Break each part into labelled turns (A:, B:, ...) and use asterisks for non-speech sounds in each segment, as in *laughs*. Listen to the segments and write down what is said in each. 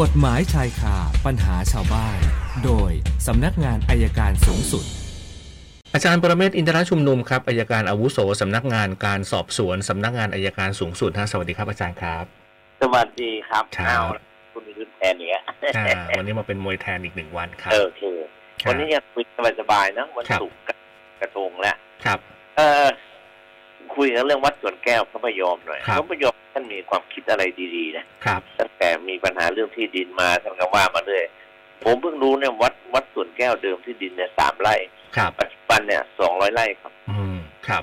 A: กฎหมายชายคาปัญหาชาวบ้าน โดยสำนักงานอายการสูงสุด
B: อาจารย์ปรเมศวร์อินทรชุมนุมครับอายการอาวุโสสำนักงานการสอบสวนสำนักงานอายการสูงสุดฮะสวัสดีครับอาจารย์ครับ
C: *laughs* สวัสดีครับ
B: ครับ
C: เอาล่ะคุณมีรุ่นแทนเนี่ย
B: อ่าวันนี้มาเป็นมวยแทนอีกหนึ่งวันครับ
C: เออโอเค
B: ครับ
C: วันนี้จะคุยสบายๆเนอะวัน
B: ครับ
C: ศุกร์กับกระทงแล้ว
B: ครับ
C: เออ คุยกันเรื่องวัดสวนแก้วพระพยอมหน่อย
B: ครับ
C: พระพยอมท่านมีความคิดอะไรดีๆนะครับ ตั้งแต่มีปัญหาเรื่องที่ดินมาท่านก็ว่ามาเรื่อยผมเพิ่งรู้เนี่ยวัดวัดสวนแก้วเดิมที่ดินเนี่ยสามไร่
B: ครับ
C: ปัจจุบันเนี่ยสองร้อยไร่ครับ
B: อืมครับ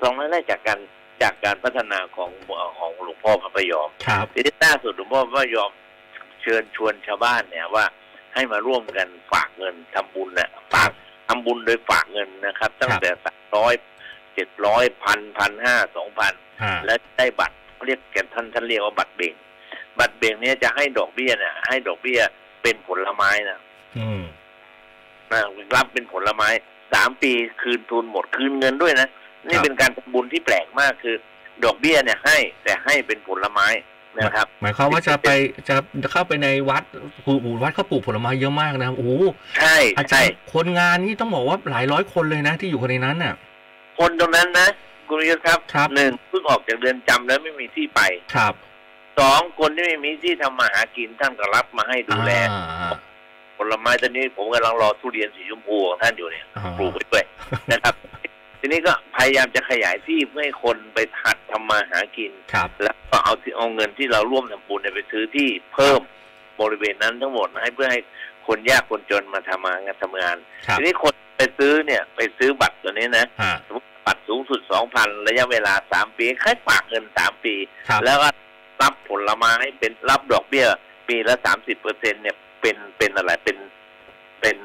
C: สองร้อยไร่จากการจากการพัฒนาของของหลวงพ่อพระพยอม
B: ครับ
C: ทีนี้ล่าสุดหลวงพ่อว่ายอมเชิญชวนชาวบ้านเนี่ยว่าให้มาร่วมกันฝากเงินทำบุญนะฝากทำบุญโดยฝากเงินนะครับ ตั้งแต่สามร้อยเจ็ดร้อยพันพันห้าสองพัน
B: อ่า
C: และได้บัตรเรียกแกท่านท่านเรียกว่าบัตรเบ่ง บัตรเบ่งเนี่ยจะให้ดอกเบี้ยนะให้ดอกเบี้ยเป็นผลไม้นะ
B: อืม
C: นะรับเป็นผลไม้สามปีคืนทุนหมดคืนเงินด้วยนะนี่เป็นการทำบุญที่แปลกมากคือ ดอกเบี้ยเนี่ยให้แต่ให้เป็นผลไม้นะครับ
B: หมายความว่าจะไปจะเข้าไปในวัดปลูกวัดเขาปลูกผลไม้เยอะมากนะครับโอ้โห
C: ใช่
B: อาจา
C: ใช่
B: รย์คนงานนี่ต้องบอกว่าหลายร้อยคนเลยนะ ที่อยู่ในนั้นน่ะ
C: คนตรงนั้นนะคุณวิทยุทธ์ครับ
B: ครับ
C: หนึ่งเพิ่งออกจากเรือนจำแล้วไม่มีที่ไป
B: ครับ
C: สองคนที่ไม่มีที่ทำมาหากินท่านก็รับมาให้ดูแล
B: อ่า
C: ผลไม้ตอนนี้ผมกำลังรอทุเรียนสีชมพูของท่านอยู่เนี่ย
B: อ่า
C: ปลูกไปด้วย *laughs* นะครับ ทีนี้ก็พยายามจะขยายที่เพื่อให้คนไปหัดทำมาหากิน
B: ครับ
C: แล้วก็เอาที่เอาเงินที่เราร่วมทำบุญเนี่ยไปซื้อที่เพิ่มบริเวณนั้นทั้งหมดให้เพื่อให้คนยากคนจนมาทำมางานทำงาน
B: ครับ
C: ทีนี้คนไปซื้อเนี่ยไปซื้อบัตรตัวนี้นะ
B: อ่า
C: สมมติบัตรสูงสุด 2,000 ระยะเวลา 3 ปีค่อยฝากเงิน 3 ปี
B: ครับ
C: แล้วก็รับผลไม้เป็นรับดอกเบี้ย ปีละ 30เปอร์เซ็นเนี่ยเป็นเป็นอะไรเป็นเป็น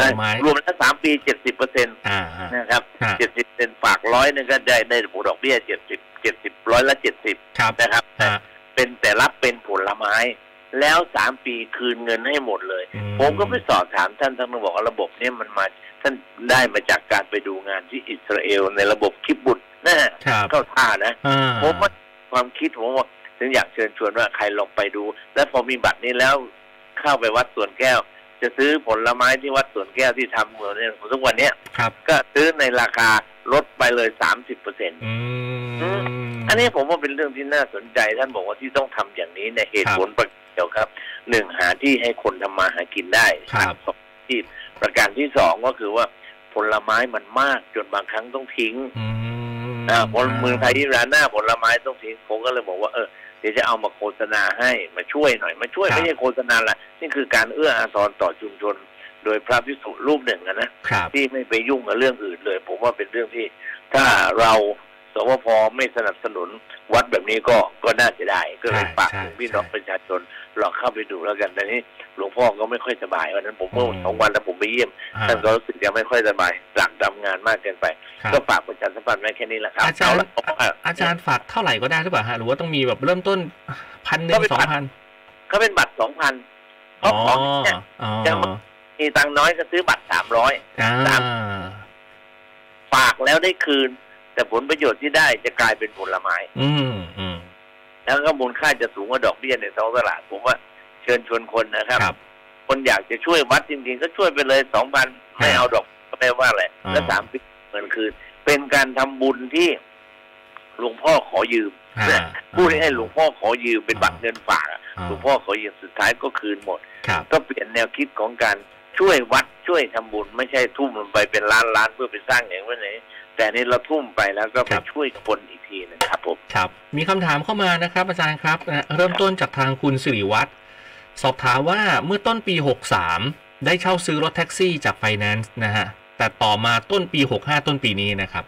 B: ผลไม้
C: รวมแล้ว3ปี 70เปอร์เซ็น
B: อ่าอ่า
C: นะครับ
B: อ่า
C: 70เปอร์เซ็นฝากร้อยหนึงก็ได้ได้ดอกเบี้ย 70 70ร้อยละ70
B: ครับ
C: นะครับ
B: อ่า
C: เป็นแต่รับเป็นผลไม้ แล้ว 3 ปีคืนเงินให้หมดเลย
B: อื
C: ผมก็ไปสอบถามท่านท่านก็บอกว่าระบบเนี้มันมาท่านได้มาจากการไปดูงานที่อิสราเอลในระบบคิบบุตรนะฮะ
B: ครับ
C: เข้าท่านะ
B: อ่า
C: ผมว่าความคิดผมว่าถึงอยากเชิญชวนว่าใครลองไปดู และพอมีบัตรนี้แล้วเข้าไปวัดสวนแก้ว จะซื้อผลไม้ที่วัดสวนแก้วที่ทำเหมือนเนี่ยทุกวันเนี้ย
B: ครับ
C: ก็ซื้อในราคาลดไปเลยสามสิบเปอร์เซ็นต์
B: อืม
C: อื อันนี้ผมว่าเป็นเรื่องที่น่าสนใจ ท่านบอกว่าที่ต้องทำอย่างนี้ในยเหตุผลประการเดียวครับหนึ่งหาที่ให้คนทำมาหากินได้
B: ครับ
C: สองที่ประการที่สองก็คือว่าผลไม้มันมากจนบางครั้งต้องทิ้ง
B: อืม
C: อ่าผลเมืองไทยที่ร้านหน้าผลไม้ต้องทิ้งผมก็เลยบอกว่าเออเดี๋ยวจะเอามาโฆษณาให้มาช่วยหน่อยมาช่วยไม่ใช่โฆษณาละนี่คือการเอื้ออาทรต่อชุมชน โดยพระพิสุรูปหนึ่งอะนะ
B: ครับ
C: ที่ไม่ไปยุ่งกับเรื่องอื่นเลย ผมว่าเป็นเรื่องที่ถ้าเราสวพไม่สนับสนุนวัดแบบนี้ก็ก็น่าจะได้ก็เลยฝากถึงพี่น้องประชาชนลองเข้าไปดูแล้วกันแต่นี้หลวงพ่อก็ไม่ค่อยสบายวันนั้นผมเมื่อสองวันแล้วผมไปเยี่ยมท่านก็รู้สึกยังไม่ค่อยสบายหลักทำงานมากเกินไป
B: ครับ
C: ก็ฝากประชาสัมพันธ์ไว้แค่นี้แหละครับ
B: อาจารย์
C: เละเพะว่
B: อาจารย์ฝากเท่าไหร่ก็ได้หรือเปล่าฮะหรือว่าต้องมีแบบเริ่มต้นพันหนึ่งสองพัน
C: เขาเป็นบัตรสองพัน
B: อ๋
C: เขา
B: อ
C: ของเนี่ย
B: อ๋อ
C: มีตังค์น้อยก็ซื้อบัตรสามร้อย
B: อ่า
C: สาม ฝากแล้วได้คืน แต่ผลประโยชน์ที่ได้จะกลายเป็นผลไม้
B: อืมอืม
C: แล้วก็มูลค่าจะสูงกว่าดอกเบี้ยในท้องตลาดผมว่าเชิญชวนคนนะครับ
B: ครับ
C: คนอยากจะช่วยวัดจริงๆ ก็ช่วยไปเลยสองพันไม่เอาดอกก็ไม่ว่าอะไร
B: อ่า
C: และสามปีเหมือนคืนเป็นการทำบุญที่หลวงพ่อขอยืม
B: อ่า
C: นะพูดให้หลวงพ่อขอยืมเป็นบัตร
B: อ่า
C: เงินฝากอะหลวงพ่อขอยืมสุดท้ายก็คืนหมด
B: ครับ
C: ก็เปลี่ยนแนวคิดของการช่วยวัดช่วยทำบุญ ไม่ใช่ทุ่มลงไปเป็นล้านล้านๆเพื่อไปสร้างอย่างว่าไหนแต่นี่เราทุ่มไปแล้วก็ไปช่วยคนอีกทีหนะครับผม
B: ครับ มีคำถามเข้ามานะครับ อาจารย์ครับนะเริ่มต้นจากทางคุณสิริวัตรสอบถามว่าเมื่อต้นปีหกสามได้เช่าซื้อรถแท็กซี่จากไฟแนนซ์นะฮะ แต่ต่อมาต้นปีหกห้าต้นปีนี้นะครับ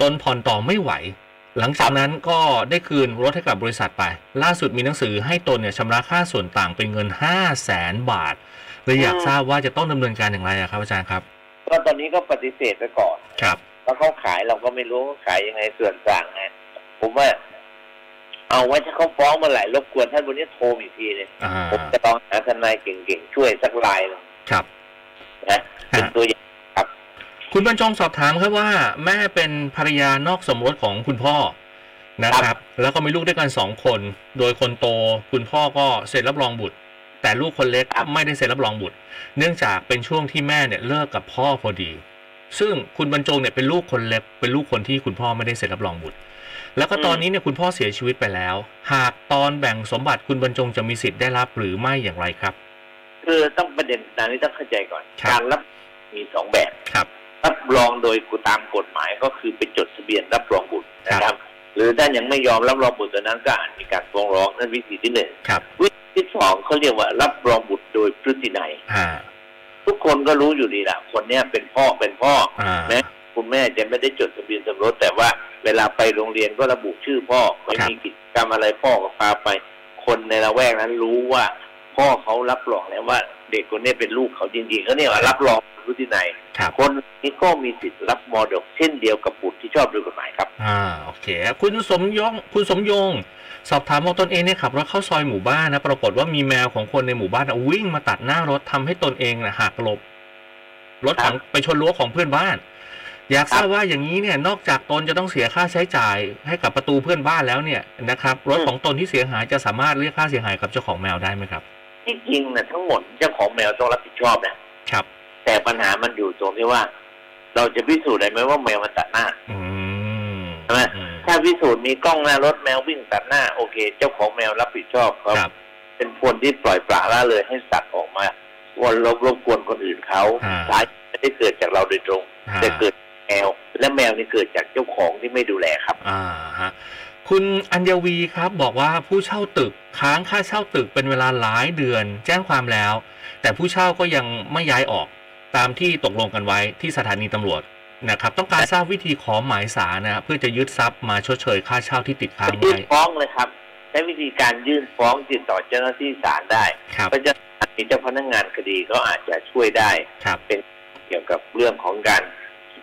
B: ตนผ่อนต่อไม่ไหว หลังจากนั้นก็ได้คืนรถให้กับบริษัทไป ล่าสุดมีหนังสือให้ตนเนี่ยชำระค่าส่วนต่างเป็นเงิน 5 0 0แสนบาทเลยอยาก
C: อืม
B: ทราบว่าจะต้องดำเนินการอย่างไรอะครับอาจารย์ครับ
C: ก็ตอนนี้ก็ปฏิเสธไปก่อน
B: ครับ
C: แล้วเขาขายเราก็ไม่รู้เขาขายยังไงส่วนต่างไงผมว่า เอาไว้ถ้าเขาฟ้องเมาไหลรบกวนท่านวันนี้โทรมาอีกทีเลย
B: อ่า
C: ผมจะลองหาทนายเก่งๆ ช่วยสักลายหนึ่ง
B: ครับ
C: นะเป็นตัวอย่าง
B: คุณบรรจงสอบถามครับว่าแม่เป็นภรรยานอกสมรสของคุณพ่อนะครับ แล้วก็มีลูกด้วยกันสองคน โดยคนโตคุณพ่อก็เซ็นรับรองบุตร แต่ลูกคนเล็กไม่ได้เซ็นรับรองบุตร เนื่องจากเป็นช่วงที่แม่เนี่ยเลิกกับพ่อพอดี ซึ่งคุณบรรจงเนี่ยเป็นลูกคนเล็กเป็นลูกคนที่คุณพ่อไม่ได้เซ็นรับรองบุตร แล้วก็ตอนนี้เนี่ยคุณพ่อเสียชีวิตไปแล้ว หากตอนแบ่งสมบัติคุณบรรจงจะมีสิทธิ์ได้รับหรือไม่อย่างไรครับ
C: คือต้องประเด็นตามนี้ต้องเข้าใจก่อน
B: ครับ
C: การรับมีสองแบบ
B: ครับ
C: รับรองโดยกูตามกฎหมายก็คือไปจดทะเบียนรับรองบุตรนะครับ หรือถ้ายังไม่ยอมรับรองบุตรตอนนั้นก็อาจมีการฟ้องร้องนั่นวิธีที่หนึ่ง
B: ครับ
C: วิธีที่สองเขาเรียกว่ารับรองบุตรโดยพฤตินัย
B: อ่า
C: ทุกคนก็รู้อยู่ดีละคนเนี้ยเป็นพ่อเป็นพ่อ
B: อ่า
C: แม้คุณแม่จะไม่ได้จดทะเบียนสมรสแต่ว่าเวลาไปโรงเรียนก็ระบุชื่อพ่อไม่มีกิจกรรมอะไรพ่อก็พาไป คนในละแวกนั้นรู้ว่า พ่อเขารับรองแล้วว่า เด็กคนเนี้ยเป็นลูกเขาจริงๆเขาเนี่ยกว่ารับรองรู้ที่ไหน
B: ครับ
C: คนนี้ก็มีสิทธิ์รับมรดกเช่นเดียวกับบุตรที่ชอบด้วยกฎหมายครับ
B: อ่า โอเค คุณสมยง คุณสมยง สอบถามว่าตนเองเนี่ยขับรถเข้าซอยหมู่บ้านนะ ปรากฏว่ามีแมวของคนในหมู่บ้านอะวิ่งมาตัดหน้ารถทำให้ตนเองนะหักหลบ รถของไปชนรั้วของเพื่อนบ้าน อยากทราบว่าอย่างนี้เนี่ย นอกจากตนจะต้องเสียค่าใช้จ่ายให้กับประตูเพื่อนบ้านแล้วเนี่ยนะครับ รถของตนที่เสียหายจะสามารถเรียกค่าเสียหายกับเจ้าของแมวได้ไหมครับ
C: ที่จริงนะทั้งหมดเจ้าของแมวต้องรับผิดชอบนะครับ แต่ปัญหามันอยู่ตรงที่ว่า เราจะพิสูจน์ได้ไหมว่าแมวมันตัดหน้า
B: อืม
C: ใช่ไหม
B: อืม
C: ถ้าพิสูจน์มีกล้องหน้ารถแมววิ่งตัดหน้าโอเค เจ้าของแมวรับผิดชอบค
B: ครั
C: รับ บ เป็นคนที่ปล่อยปละละเลยให้สัตว์ออกมาวนรบรบกวนคนอื่นเขา
B: อ่า
C: สาเหตุไม่ได้เกิดจากเราโดยตรง
B: อ่า
C: แต่เกิดแมวและแมวนี่เกิดจากเจ้าของที่ไม่ดูแลครับ
B: อ่าฮะคุณอัญญวีครับบอกว่าผู้เช่าตึกค้างค่าเช่าตึกเป็นเวลาหลายเดือน แจ้งความแล้ว แต่ผู้เช่าก็ยังไม่ย้ายออกตามที่ตกลงกันไว้ที่สถานีตำรวจนะครับ ต้องการทราบวิธีขอหมายสารนะเพื่อจะยึดทรัพย์มาชดเชยค่าเช่าที่ติดค้าง
C: ยื่
B: ไว้
C: นฟ้องเลยครับใช้วิธีการยื่นฟ้องติดต่อเจ้าหน้าที่ศาลได้
B: ครับ
C: ก็จะมีเจ้าพนักงานคดีก็อาจจะช่วยได้
B: ครับ
C: เกี่ยวกับเรื่องของการ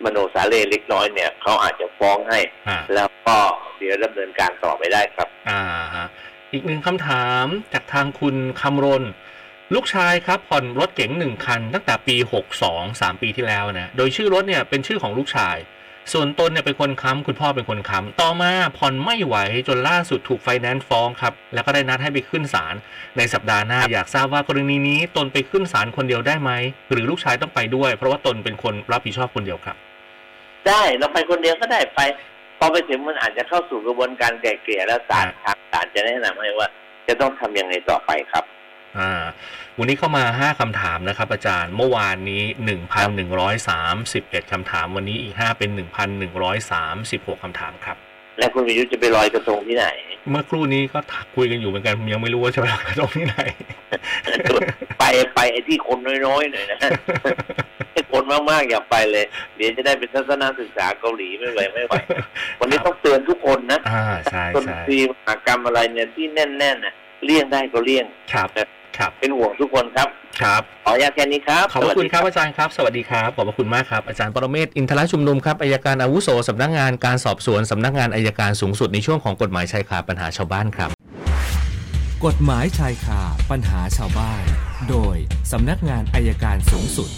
C: มโนสาเลเล็กน้อยเนี่ยเขาอาจจะฟ้องให้
B: อ่า
C: แล้วก็เดี๋ยวดำเนินการต่อไปได้ครับ
B: อ่าฮะอีกหนึ่งคำถามจากทางคุณคำรณ ลูกชายครับผ่อนรถเก๋งหนึ่งคัน ตั้งแต่ปี 62 3 ปีที่แล้วนะโดยชื่อรถเนี่ยเป็นชื่อของลูกชาย ส่วนตนเนี่ยเป็นคนค้ำคุณพ่อเป็นคนค้ำต่อมาผ่อนไม่ไหวจนล่าสุดถูกไฟแนนซ์ฟ้องครับ แล้วก็ได้นัดให้ไปขึ้นศาลในสัปดาห์หน้าอยากทราบว่ากรณีนี้ตนไปขึ้นศาลคนเดียวได้ไหม หรือลูกชายต้องไปด้วย เพราะว่าตนเป็นคนรับผิดชอบคนเดียวครับ
C: ได้เราไปคนเดียวก็ได้ไป พอไปถึงมันอาจจะเข้าสู่กระบวนการไกล่เกลี่ยแล้วศาลทางศาลจะแนะนำให้ว่า จะต้องทำยังไงต่อไปครับ
B: อ่าวันนี้เข้ามา 5คำถามนะครับ อาจารย์เมื่อวานนี้ 1,131คำถาม วันนี้อีก 5 เป็น 1,136คำถามครับ
C: และคุณวิยุทธ์จะไปลอยกระทงที่ไหน
B: เมื่อครู่นี้ก็ถักคุยกันอยู่เหมือนกันยังไม่รู้ว่าจะไปลอยกระทงที่ไหน
C: ไปไปไอ้ที่คนน้อยๆหน่อย
B: *laughs*
C: นะ ให้คนมากๆอย่าไปเลย เดี๋ยวจะได้เป็นทัศนศึกษาเกาหลีไม่ไหวไม่ไหว วันนี้ต้องเตือนทุกคนนะ
B: อ่าใช่
C: คน
B: ใช่
C: ทีมหากรรมอะไรเนี่ยที่แน่นๆน่ะเลี่ยงได้ก็เลี่ยง
B: ครับครับ
C: เป็นห่วงทุกคนครับ
B: ครับ
C: ขออนุญาตแค่นี้ครับ
B: ขอบพระคุณครับอาจารย์ครับ สวัสดีครับ ขอบพระคุณมากครับ อาจารย์ปรเมศวร์อินทรชุมนุมครับอายการอาวุโสสำนักงานการสอบสวนสำนักงานอายการสูงสุดในช่วงของกฎหมายชายคาปัญหาชาวบ้านครับ
A: กฎหมายชายคาปัญหาชาวบ้าน โดยสำนักงานอายการสูงสุด